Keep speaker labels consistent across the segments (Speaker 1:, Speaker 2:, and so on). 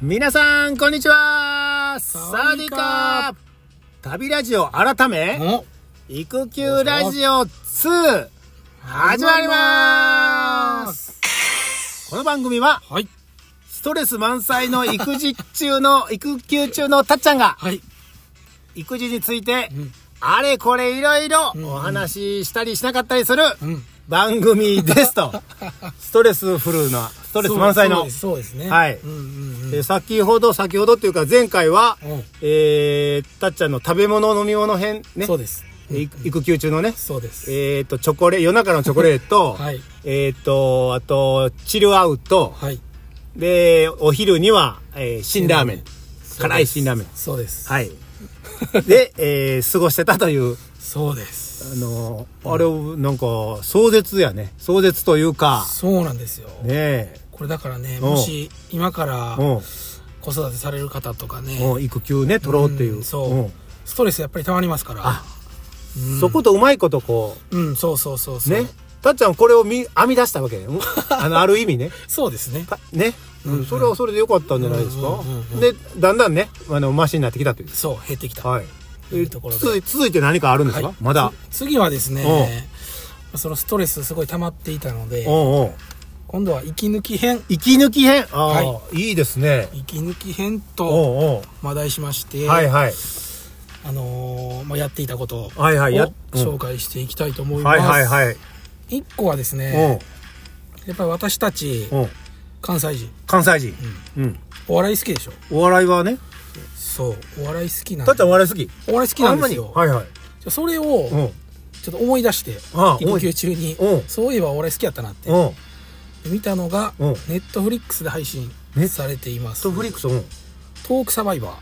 Speaker 1: 皆さん、こんにちはサ
Speaker 2: ワ
Speaker 1: ーデ
Speaker 2: ディ
Speaker 1: ィー
Speaker 2: ーカ
Speaker 1: カ旅ラジオ改め、
Speaker 2: お
Speaker 1: 育休ラジオ2、始まりますこの番組は、
Speaker 2: はい。
Speaker 1: ストレス満載の育児中 の、育休中のたっちゃんが、
Speaker 2: はい。
Speaker 1: 育児について
Speaker 2: ん、
Speaker 1: あれこれいろいろ
Speaker 2: ん
Speaker 1: お話ししたりしなかったりする
Speaker 2: ん
Speaker 1: 番組ですと、 ストレスフルな、ストレス満載
Speaker 2: そう
Speaker 1: の
Speaker 2: です。そうですね。
Speaker 1: はい
Speaker 2: うんうんうん。
Speaker 1: えー先ほど、先ほどっていうか前回は
Speaker 2: うん、
Speaker 1: えー、たっちゃんの食べ物飲み物編ね
Speaker 2: そ、うです。
Speaker 1: い育休中のね、
Speaker 2: そうです。
Speaker 1: えっ、と、チョコレ夜中のチョコレート、
Speaker 2: はい
Speaker 1: えっ、と、あと、チルアウト、
Speaker 2: はい。
Speaker 1: で、お昼には、えー辛ラーメン、辛い辛ラーメン。
Speaker 2: そうです。
Speaker 1: はい。で、えー過ごしてたという、
Speaker 2: そうです。
Speaker 1: あのーあれを、なんか、壮絶やね。壮絶というか、
Speaker 2: そうなんですよ。
Speaker 1: ねえ、
Speaker 2: これだからね、
Speaker 1: おう
Speaker 2: もし今から
Speaker 1: うん、
Speaker 2: 子育てされる方とかね、
Speaker 1: うん育休ね、取ろうっていう。
Speaker 2: ん
Speaker 1: う
Speaker 2: そ
Speaker 1: ん
Speaker 2: う。ストレスやっぱりたまりますから
Speaker 1: あ。そことうまいことこ
Speaker 2: うん、そうそうそう
Speaker 1: う、
Speaker 2: そう。
Speaker 1: ね。たっちゃんはこれを見、編み出したわけね。 うんあの、ある意味ね。
Speaker 2: そうですね。
Speaker 1: たね、それはそれで良かったんじゃないですか、
Speaker 2: うんうんうんうん
Speaker 1: でだんだんねあのマシになってきたという
Speaker 2: そう、減ってきた。
Speaker 1: はい
Speaker 2: いうところで
Speaker 1: 続い続いて何かあるんですか、
Speaker 2: はい
Speaker 1: まだ
Speaker 2: つ次はです
Speaker 1: おう
Speaker 2: ね、そのストレスすごい溜まっていたので、
Speaker 1: おうおう
Speaker 2: 今度は息抜き編。
Speaker 1: 息抜き編ああ、、
Speaker 2: はい
Speaker 1: いですね
Speaker 2: 息抜き編と
Speaker 1: おうおう
Speaker 2: 話題しまして、
Speaker 1: はいはい
Speaker 2: あのーまあ、やっていたことを
Speaker 1: はいはいやうん
Speaker 2: 紹介していきたいと思いま
Speaker 1: はい
Speaker 2: す。
Speaker 1: はいはい
Speaker 2: 一個はですね、
Speaker 1: お
Speaker 2: やっぱり私たち
Speaker 1: うおう
Speaker 2: 関西人、
Speaker 1: 関西人うん、
Speaker 2: お笑い好きでしょ
Speaker 1: お笑いはね
Speaker 2: そう、お笑い好きなん
Speaker 1: たっちゃんお
Speaker 2: お
Speaker 1: 笑い好き
Speaker 2: 笑い好きなんですよ。
Speaker 1: あんまりはいはい
Speaker 2: じゃあそれを、
Speaker 1: おう
Speaker 2: ちょっと思い出して
Speaker 1: あ、
Speaker 2: 育休中に
Speaker 1: おう、
Speaker 2: そういえばお笑い好きやったなって、
Speaker 1: おう
Speaker 2: 見たのが、
Speaker 1: おう
Speaker 2: ネットフリックスで配信
Speaker 1: ネ
Speaker 2: されています。
Speaker 1: トフリックスうん
Speaker 2: トークサバイバ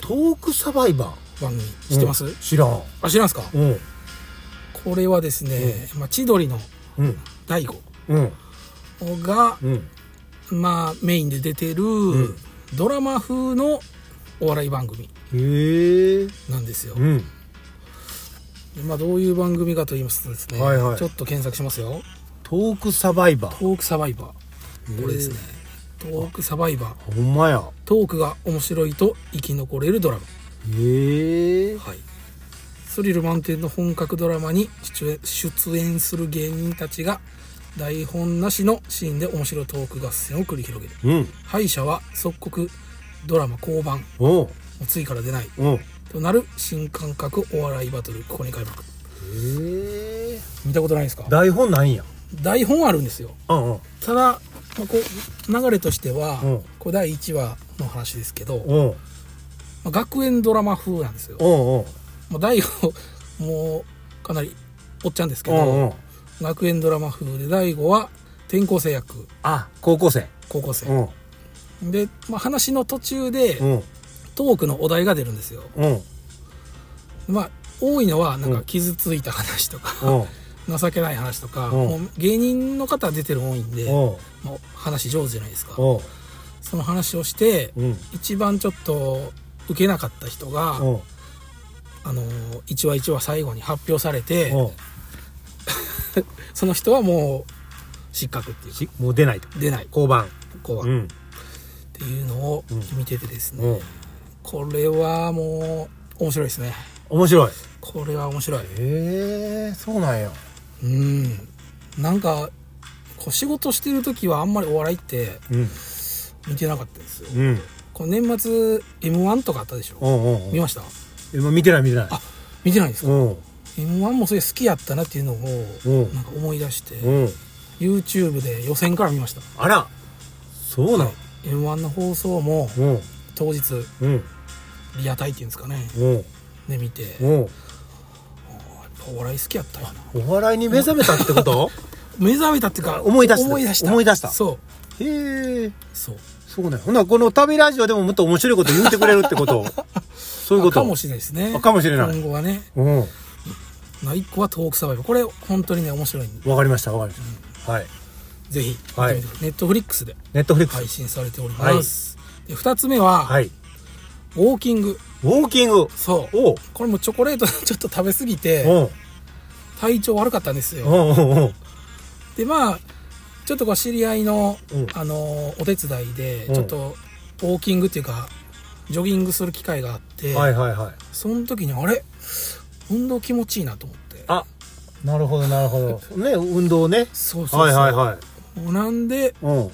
Speaker 1: トークサバイバ
Speaker 2: ー番組
Speaker 1: ー
Speaker 2: 知ってます、
Speaker 1: うん知らん
Speaker 2: あ、知らんすか
Speaker 1: うん
Speaker 2: これはですね、まあ、千鳥の
Speaker 1: うん
Speaker 2: 大悟
Speaker 1: うん
Speaker 2: が、
Speaker 1: うん
Speaker 2: まあ、メインで出てる、
Speaker 1: ん
Speaker 2: ドラマ風のお笑い番組
Speaker 1: へえ
Speaker 2: なんですよ
Speaker 1: う、ん
Speaker 2: まあ、どういう番組かと言いますとですね、
Speaker 1: はいはい
Speaker 2: ちょっと検索しますよ
Speaker 1: トークサバイバ
Speaker 2: 「
Speaker 1: ー
Speaker 2: トークサバイバー」これですね「トークサバイバー
Speaker 1: ほんまや」
Speaker 2: トークが面白いと生き残れるドラ
Speaker 1: へえ
Speaker 2: マ、はい、スリル満点の本格ドラマに出演出演する芸人たちが台本なしのシーンで面白いトーク合戦を繰り広げる
Speaker 1: うん
Speaker 2: 敗者は即刻ドラマ降板も
Speaker 1: おう
Speaker 2: う次から出ない
Speaker 1: おう
Speaker 2: となる新感覚お笑いバトルここに開幕
Speaker 1: へえ
Speaker 2: 見たことないですか
Speaker 1: 台本ないんや
Speaker 2: 台本あるんですよ
Speaker 1: うんうん
Speaker 2: ただ、まあこう流れとしては、
Speaker 1: うん
Speaker 2: これ第1話の話ですけど、ま
Speaker 1: おう
Speaker 2: あ学園ドラマ風なんですよ、
Speaker 1: おう
Speaker 2: まあ、第5もうかなりおっちゃんですけ
Speaker 1: おう
Speaker 2: ど、
Speaker 1: おうおう
Speaker 2: 学園ドラマ風で第5は転校生役
Speaker 1: あ高校生
Speaker 2: 高校生、
Speaker 1: うん
Speaker 2: で、まあ、話の途中で、
Speaker 1: うん
Speaker 2: トークのお題が出るんですよ
Speaker 1: うん
Speaker 2: まあ多いのはなん
Speaker 1: う
Speaker 2: か
Speaker 1: ん
Speaker 2: 傷ついた話とか、
Speaker 1: おう
Speaker 2: 情けない話とか、
Speaker 1: うん
Speaker 2: もう芸人の方出てる多いんで、
Speaker 1: おう
Speaker 2: まあ、話上手じゃないですか
Speaker 1: おう
Speaker 2: その話をして、
Speaker 1: うん
Speaker 2: 一番ちょっと受けなかった人が、
Speaker 1: おう
Speaker 2: あのー一話一話最後に発表されて、
Speaker 1: おう
Speaker 2: その人はもう失格っていうか
Speaker 1: しもう出ないと
Speaker 2: 出ない
Speaker 1: 交番
Speaker 2: 子は、
Speaker 1: う
Speaker 2: っ
Speaker 1: ん
Speaker 2: ていうのを
Speaker 1: うん
Speaker 2: 見ててですね、
Speaker 1: おう
Speaker 2: これはもう面白いですね
Speaker 1: 面白い
Speaker 2: これは面白い
Speaker 1: へえそうなんや
Speaker 2: うんなんかこう仕事してる時はあんまりお笑いって
Speaker 1: うん
Speaker 2: 見てなかったですよ
Speaker 1: うん
Speaker 2: こう年末 m 1とかあったでしょ
Speaker 1: おうおう
Speaker 2: 見ました
Speaker 1: おう見てない見てない
Speaker 2: あ見てないんですか
Speaker 1: おう
Speaker 2: m 1もそれ好きやったなっていうのを
Speaker 1: うん
Speaker 2: なんか思い出して
Speaker 1: おう
Speaker 2: YouTube で予選から見ました
Speaker 1: あらそうなん
Speaker 2: m 1の放送も
Speaker 1: おう
Speaker 2: 当日
Speaker 1: うん
Speaker 2: リアタイっていうんですかね
Speaker 1: おう
Speaker 2: で見てやっ
Speaker 1: おう
Speaker 2: ぱお笑い好きやったよな
Speaker 1: お笑いに目覚めたってこと
Speaker 2: 目覚めたっていうか
Speaker 1: 思い出した
Speaker 2: 思い出した
Speaker 1: 思い出した
Speaker 2: そ う
Speaker 1: へえ
Speaker 2: そう
Speaker 1: そうねほなこの旅ラジオでももっと面白いこと言ってくれるってこと そういうこと
Speaker 2: かもしれないですね
Speaker 1: あかもしれない
Speaker 2: 今後はね
Speaker 1: うん
Speaker 2: まあ一個はトークサバイバーこれ本当にね面白いんで
Speaker 1: わかりましたわかりました、はい
Speaker 2: ぜひ
Speaker 1: はい
Speaker 2: 見てみてくださいネットフリックスで
Speaker 1: ネットフリックス
Speaker 2: 配信されております、で2つ目は、
Speaker 1: はい
Speaker 2: ウォーキング
Speaker 1: ウォーキング
Speaker 2: そう
Speaker 1: おう
Speaker 2: これもチョコレートちょっと食べ過ぎて
Speaker 1: おう
Speaker 2: 体調悪かったんですよ
Speaker 1: おうおうおう
Speaker 2: でまあちょっとこう知り合いの、
Speaker 1: うん
Speaker 2: あのーお手伝いで
Speaker 1: うん
Speaker 2: ちょっとウォーキングっていうかジョギングする機会があって、
Speaker 1: はいはいはい。
Speaker 2: その時にあれ運動気持ちいいなと思って
Speaker 1: あ、なるほどなるほど。ね、運動ね。
Speaker 2: そうそうそう、
Speaker 1: はいはいはい。
Speaker 2: なんで
Speaker 1: うん。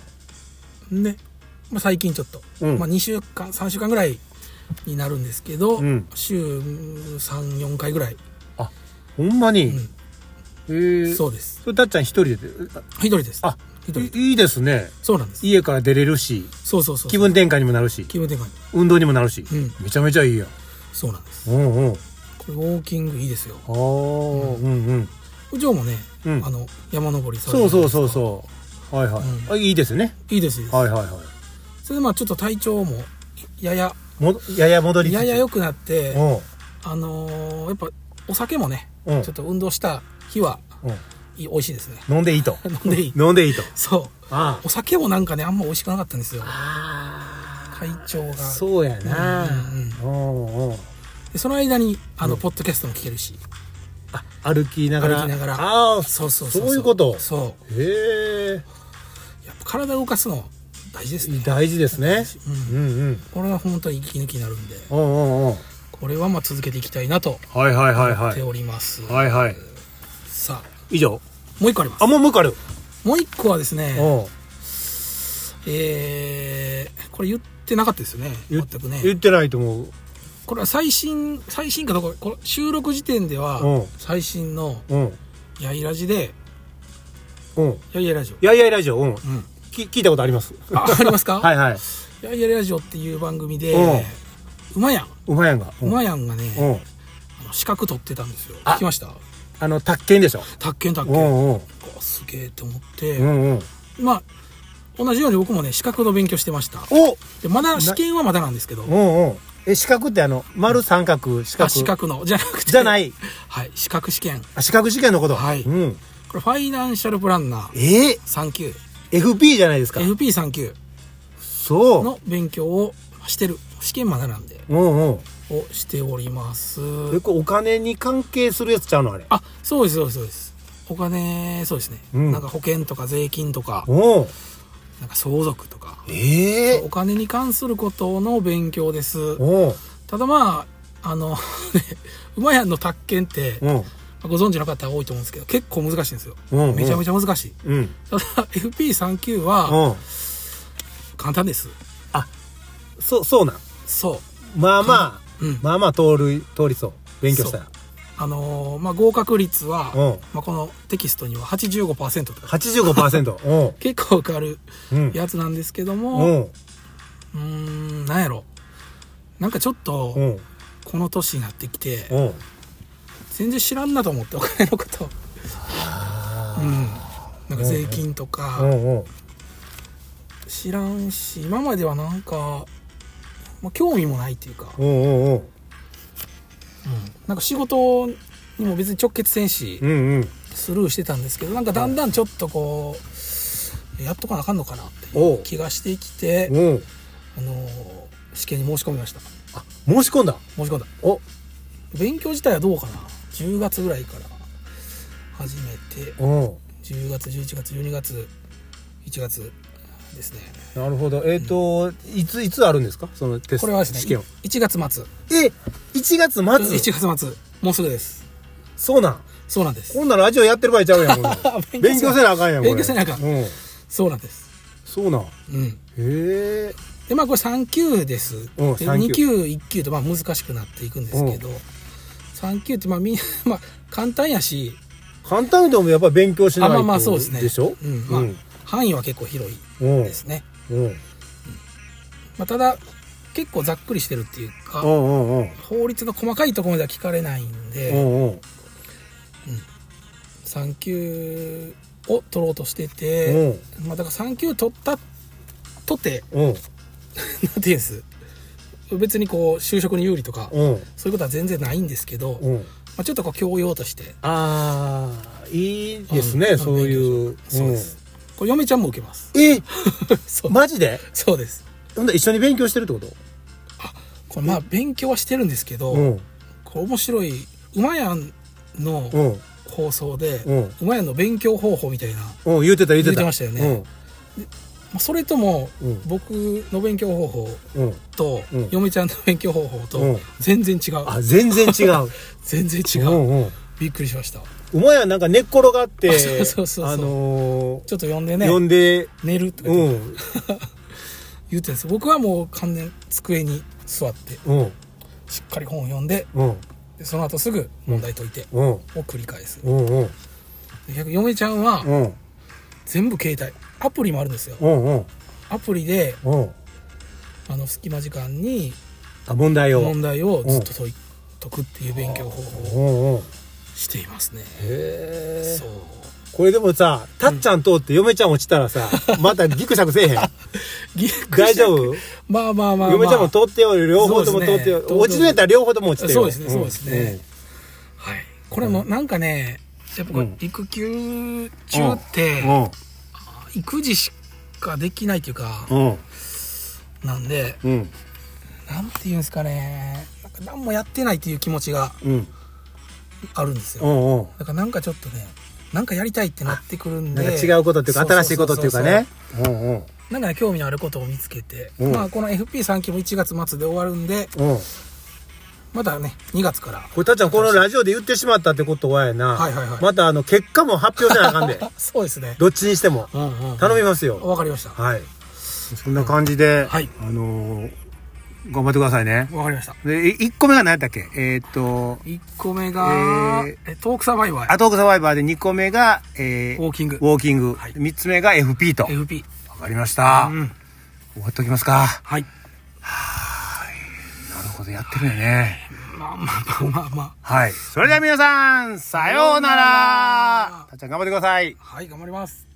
Speaker 2: ね、まあ、最近ちょっと、
Speaker 1: うん
Speaker 2: まあ、2週間3週間ぐらいになるんですけど、
Speaker 1: うん
Speaker 2: 週34回ぐらい、
Speaker 1: ほんまに。えー
Speaker 2: そうです
Speaker 1: それたっちゃん一人で出る
Speaker 2: 一人です
Speaker 1: あ
Speaker 2: 一人
Speaker 1: いいいですね
Speaker 2: そうなんです
Speaker 1: 家から出れるし
Speaker 2: そうそうそう
Speaker 1: 気分転換にもなるし
Speaker 2: 気分転換に
Speaker 1: 運動にもなるし、
Speaker 2: うん
Speaker 1: めちゃめちゃいいやん
Speaker 2: そうなんです
Speaker 1: うんうんあ
Speaker 2: これウォーキングいいですよ
Speaker 1: あーうんうん
Speaker 2: ジョーもね、
Speaker 1: うん
Speaker 2: あの山登りされ
Speaker 1: そ
Speaker 2: る
Speaker 1: う
Speaker 2: じゃ
Speaker 1: そ
Speaker 2: ないうですか
Speaker 1: そうそうはいはい、
Speaker 2: うん
Speaker 1: あいいですね
Speaker 2: いいですいいです、
Speaker 1: はいはいはい
Speaker 2: それでまあちょっと体調もやや
Speaker 1: もやや戻りつつ
Speaker 2: やや良くなって
Speaker 1: うん
Speaker 2: あのーやっぱお酒もね、
Speaker 1: うん
Speaker 2: ちょっと運動した日は
Speaker 1: う
Speaker 2: いい美味しいですね
Speaker 1: ん飲んでいいと
Speaker 2: 飲んでいい
Speaker 1: 飲んでいいと
Speaker 2: そう
Speaker 1: あ
Speaker 2: お酒もなんかねあんま美味しくなかったんですよ
Speaker 1: あ
Speaker 2: 体調が
Speaker 1: そうやなうんうん、
Speaker 2: でその間にあの、ポッドキャストも聞けるし
Speaker 1: あ歩きながら
Speaker 2: 歩きながら
Speaker 1: ああ
Speaker 2: そうそうそう
Speaker 1: そういうこと
Speaker 2: そ
Speaker 1: へえ
Speaker 2: うやっぱ体を動かすの大事ですね
Speaker 1: 大事ですね、うん、うんうん
Speaker 2: これは本当に息抜きになるんで
Speaker 1: うんうんうん
Speaker 2: これはまあ続けていきたいなと
Speaker 1: はいはいはい
Speaker 2: 思
Speaker 1: は
Speaker 2: って
Speaker 1: い。
Speaker 2: おります、
Speaker 1: はいはい。
Speaker 2: さあ
Speaker 1: 以上。
Speaker 2: もう一個あります
Speaker 1: あ、もう向かる。
Speaker 2: もう一個はです
Speaker 1: う
Speaker 2: ね
Speaker 1: ん。
Speaker 2: えー、これ言ってなかったですよね
Speaker 1: 言
Speaker 2: 全くね
Speaker 1: 言ってないと思う。
Speaker 2: これは最新最新かどうかこれ収録時点では
Speaker 1: うん
Speaker 2: 最新の
Speaker 1: うん。
Speaker 2: 「やいラジ」で
Speaker 1: うん。
Speaker 2: 「やいやいラジオ」
Speaker 1: やいやいラジオ。うん。
Speaker 2: うん
Speaker 1: き聞いたことあります。
Speaker 2: あありますか
Speaker 1: はいはい。
Speaker 2: 「やいやいラジオ」っていう番組で
Speaker 1: うん
Speaker 2: うまやん
Speaker 1: うまやんが。
Speaker 2: う
Speaker 1: うん。
Speaker 2: まやんがね、
Speaker 1: うん。
Speaker 2: あの資格取ってたんですよ
Speaker 1: あ
Speaker 2: 聞きました
Speaker 1: あの、卓研でしょ。
Speaker 2: 宅建宅
Speaker 1: う
Speaker 2: 建
Speaker 1: んうん。
Speaker 2: あすげえと思って、
Speaker 1: うんうん。
Speaker 2: まあ同じように僕もね資格の勉強してました
Speaker 1: お
Speaker 2: でまだ試験はまだなんですけど
Speaker 1: うんうん。え、四角ってあの、丸三角、四角。
Speaker 2: あ資格のじゃなくて、
Speaker 1: じゃないい。
Speaker 2: はい、資格試験
Speaker 1: あ、四角試験のこと。
Speaker 2: はい
Speaker 1: うん。
Speaker 2: これファイナンシャルプランナー
Speaker 1: ええ
Speaker 2: 3級
Speaker 1: FP じゃないですか。
Speaker 2: FP3 級
Speaker 1: そ
Speaker 2: の勉強をしてる試験まだなんで
Speaker 1: う。うんうん。
Speaker 2: をしております
Speaker 1: 結構お金に関係するやつちゃうのあれ。
Speaker 2: あそうですそうですそうですお金そうですね、
Speaker 1: うん
Speaker 2: なんか保険とか税金とか
Speaker 1: うん。
Speaker 2: なんか相続とか
Speaker 1: ええ
Speaker 2: お金に関することの勉強です
Speaker 1: うん。
Speaker 2: ただまああの ね馬やんの宅建って
Speaker 1: うん。
Speaker 2: ご存知の方多いと思うんですけど結構難しいんですよ、
Speaker 1: うんうん
Speaker 2: めちゃめちゃ難しい
Speaker 1: うん。
Speaker 2: ただ FP3 級は
Speaker 1: うん。
Speaker 2: 簡単です
Speaker 1: そう、そうなん。
Speaker 2: そう
Speaker 1: まあまあ、
Speaker 2: うん
Speaker 1: まあまあ通る、通りそう。勉強したら。
Speaker 2: あのーまあ合格率は、
Speaker 1: うん
Speaker 2: まあ、このテキストには85%とか
Speaker 1: 85%。
Speaker 2: 結構受かる
Speaker 1: うん。うん。
Speaker 2: やつなんですけど
Speaker 1: う
Speaker 2: も
Speaker 1: ん。
Speaker 2: うんんなんやろなんかちょっ
Speaker 1: う
Speaker 2: と
Speaker 1: ん。
Speaker 2: この年になってきて
Speaker 1: うん。
Speaker 2: 全然知らんなと思ってお金のことうんなんか税金とか、
Speaker 1: うん。
Speaker 2: 知らんし今まではなんか、まあ、興味もないっていうか、
Speaker 1: うん。うん。うん。
Speaker 2: なんか仕事にも別に直結せんし、
Speaker 1: うん。うん。
Speaker 2: スルーしてたんですけどなんかだんだんちょっとこうやっとかなあかんのかなって
Speaker 1: お
Speaker 2: いう
Speaker 1: う
Speaker 2: 気がしてきて、
Speaker 1: うん。
Speaker 2: あのー試験に申し込みました
Speaker 1: 申し込んだ。
Speaker 2: 申し込んだ
Speaker 1: お。
Speaker 2: 勉強自体はどうかな10月ぐらいから始めて
Speaker 1: うん。
Speaker 2: 10月11月12月1月ですね
Speaker 1: なるほど。えっ、と、いつ、いつあるんですかそのテスト。
Speaker 2: これはですね
Speaker 1: 試験は。
Speaker 2: 1月末
Speaker 1: え !1 月末
Speaker 2: 1月末もうすぐです
Speaker 1: そうなん。
Speaker 2: そうなんです
Speaker 1: こんなラジオやってる場合ちゃうやん。こんなん勉
Speaker 2: 勉
Speaker 1: 強
Speaker 2: 強せ
Speaker 1: せなあかんやん。これ
Speaker 2: 勉強せなあかん
Speaker 1: うん。
Speaker 2: そうなんです
Speaker 1: そうなん。へ
Speaker 2: うん
Speaker 1: え。
Speaker 2: でまあこれ3級ですで
Speaker 1: うん三級
Speaker 2: 2級1級とまあ難しくなっていくんですけど3級ってまあみんなまあ簡単やし
Speaker 1: 簡単でもやっぱ勉強しな
Speaker 2: あ
Speaker 1: いと。
Speaker 2: まあまあそうですね
Speaker 1: でしょ
Speaker 2: うんまあ
Speaker 1: うん。
Speaker 2: 範囲は結構広い
Speaker 1: うん。
Speaker 2: ですね、
Speaker 1: うん。
Speaker 2: まあ、ただ結構ざっくりしてるっていうか
Speaker 1: うんうんうん。
Speaker 2: 法律の細かいところまでは聞かれないん
Speaker 1: う
Speaker 2: で
Speaker 1: んうん。
Speaker 2: 3級を取ろうとして
Speaker 1: う
Speaker 2: て
Speaker 1: ん。
Speaker 2: まあだから3級取ったとて
Speaker 1: うん。
Speaker 2: なんていうんです別にこう就職に有利とか
Speaker 1: うん。
Speaker 2: そういうことは全然ないんですけど、ま
Speaker 1: うん。
Speaker 2: あ、ちょっとこう教養として
Speaker 1: ああ、いいですね、
Speaker 2: うん
Speaker 1: そういう。
Speaker 2: そうです、これ嫁ちゃんも受けます
Speaker 1: うん。え、
Speaker 2: そう
Speaker 1: マジで
Speaker 2: そうです
Speaker 1: ほんで一緒に勉強してるってこと
Speaker 2: これまあ勉強はしてるんですけど、
Speaker 1: うん。
Speaker 2: これ面白い馬やんの
Speaker 1: うん。
Speaker 2: 放送で、
Speaker 1: うん
Speaker 2: 馬やんの勉強方法みたいな
Speaker 1: うん、言ってた言ってた。
Speaker 2: 言ってましたよねまあそれとも、
Speaker 1: うん
Speaker 2: 僕の勉強方法
Speaker 1: うん。
Speaker 2: と、
Speaker 1: うん
Speaker 2: 嫁ちゃんの勉強方法
Speaker 1: う
Speaker 2: と
Speaker 1: ん
Speaker 2: 全然違う、
Speaker 1: あ、全然 違う。
Speaker 2: 全然違
Speaker 1: う
Speaker 2: う、
Speaker 1: んうん。
Speaker 2: びっくりしました
Speaker 1: お前はなんか寝っ転がって、
Speaker 2: あそうそうそうそう
Speaker 1: あの
Speaker 2: ちょっと呼んで
Speaker 1: ー、
Speaker 2: ね
Speaker 1: 呼んで、
Speaker 2: 寝るとか
Speaker 1: う
Speaker 2: 言って
Speaker 1: ん、
Speaker 2: 言ってんですよ僕はもう完全に机に座って
Speaker 1: うん、
Speaker 2: しっかり本を読んで
Speaker 1: うん、
Speaker 2: でその後すぐ問題解いて、
Speaker 1: うん、
Speaker 2: を繰り返す
Speaker 1: うん、うん、
Speaker 2: で逆に嫁ちゃんは
Speaker 1: うん、
Speaker 2: 全部携帯アプリもあるんですよ
Speaker 1: うん、うん、
Speaker 2: アプリで
Speaker 1: うん。
Speaker 2: あの隙間時間に
Speaker 1: あ、問題を。
Speaker 2: 問題をずっと解い解くっていう勉強方法
Speaker 1: う
Speaker 2: を
Speaker 1: ん、うん。
Speaker 2: していますね
Speaker 1: へー
Speaker 2: そう
Speaker 1: これでもさ、たっちゃん通って嫁ちゃん落ちたらさ、またギクシャク せえへん。
Speaker 2: ぎっくりした
Speaker 1: 大丈夫
Speaker 2: まあまあまあ、まあ、
Speaker 1: 嫁ちゃんも通ってよ、両方とも通ってよ。
Speaker 2: そうですね
Speaker 1: 落ちてたら両方とも落ちてよ。
Speaker 2: そうですねそうですねはいこれもなんかねやっぱこれ育休中って
Speaker 1: うん。うん。
Speaker 2: 育児しかできないというか
Speaker 1: うん。
Speaker 2: なんで
Speaker 1: うん。
Speaker 2: なんていうんですかねなんか何もやってないっていう気持ちが
Speaker 1: うん。
Speaker 2: あるんですよ
Speaker 1: うん。うん。
Speaker 2: だからなんかちょっとねなんかやりたいってなってくるん
Speaker 1: な
Speaker 2: で
Speaker 1: んか違うことっていうか、
Speaker 2: そそ
Speaker 1: 新し
Speaker 2: そ
Speaker 1: いことっていうかね。うんうん。
Speaker 2: なんかね興味のあることを見つけて、
Speaker 1: うん
Speaker 2: まあこの FP3 期も1月末で終わるんで
Speaker 1: うん。
Speaker 2: またね2月から
Speaker 1: これ、たっちゃん、このラジオで言ってしまったってことはやな。
Speaker 2: はいはいはい
Speaker 1: また、あの、結果も発表せなあか んで。
Speaker 2: そうですね
Speaker 1: どっちにしても。
Speaker 2: うんうんうん
Speaker 1: 頼みますよ。
Speaker 2: わかりました
Speaker 1: はい。そんな感じで、
Speaker 2: はい
Speaker 1: あのー頑張ってくださいね。
Speaker 2: わかりました
Speaker 1: で、1個目が何やったっけえーっと、
Speaker 2: 1個目が、
Speaker 1: え
Speaker 2: えトークサバイバー
Speaker 1: アトークサバイバーで2個目が、えー
Speaker 2: ウォーキング
Speaker 1: ウォーキング。
Speaker 2: い
Speaker 1: 3つ目が FP と。わ
Speaker 2: FP
Speaker 1: かりました。
Speaker 2: うん
Speaker 1: 終わっときますか。
Speaker 2: はい
Speaker 1: なるほど、やってるよね。
Speaker 2: まあまあまあまあ、ま
Speaker 1: はい。それでは皆さん、さようなら。たっちゃん頑張ってください。
Speaker 2: あ、はい頑張ります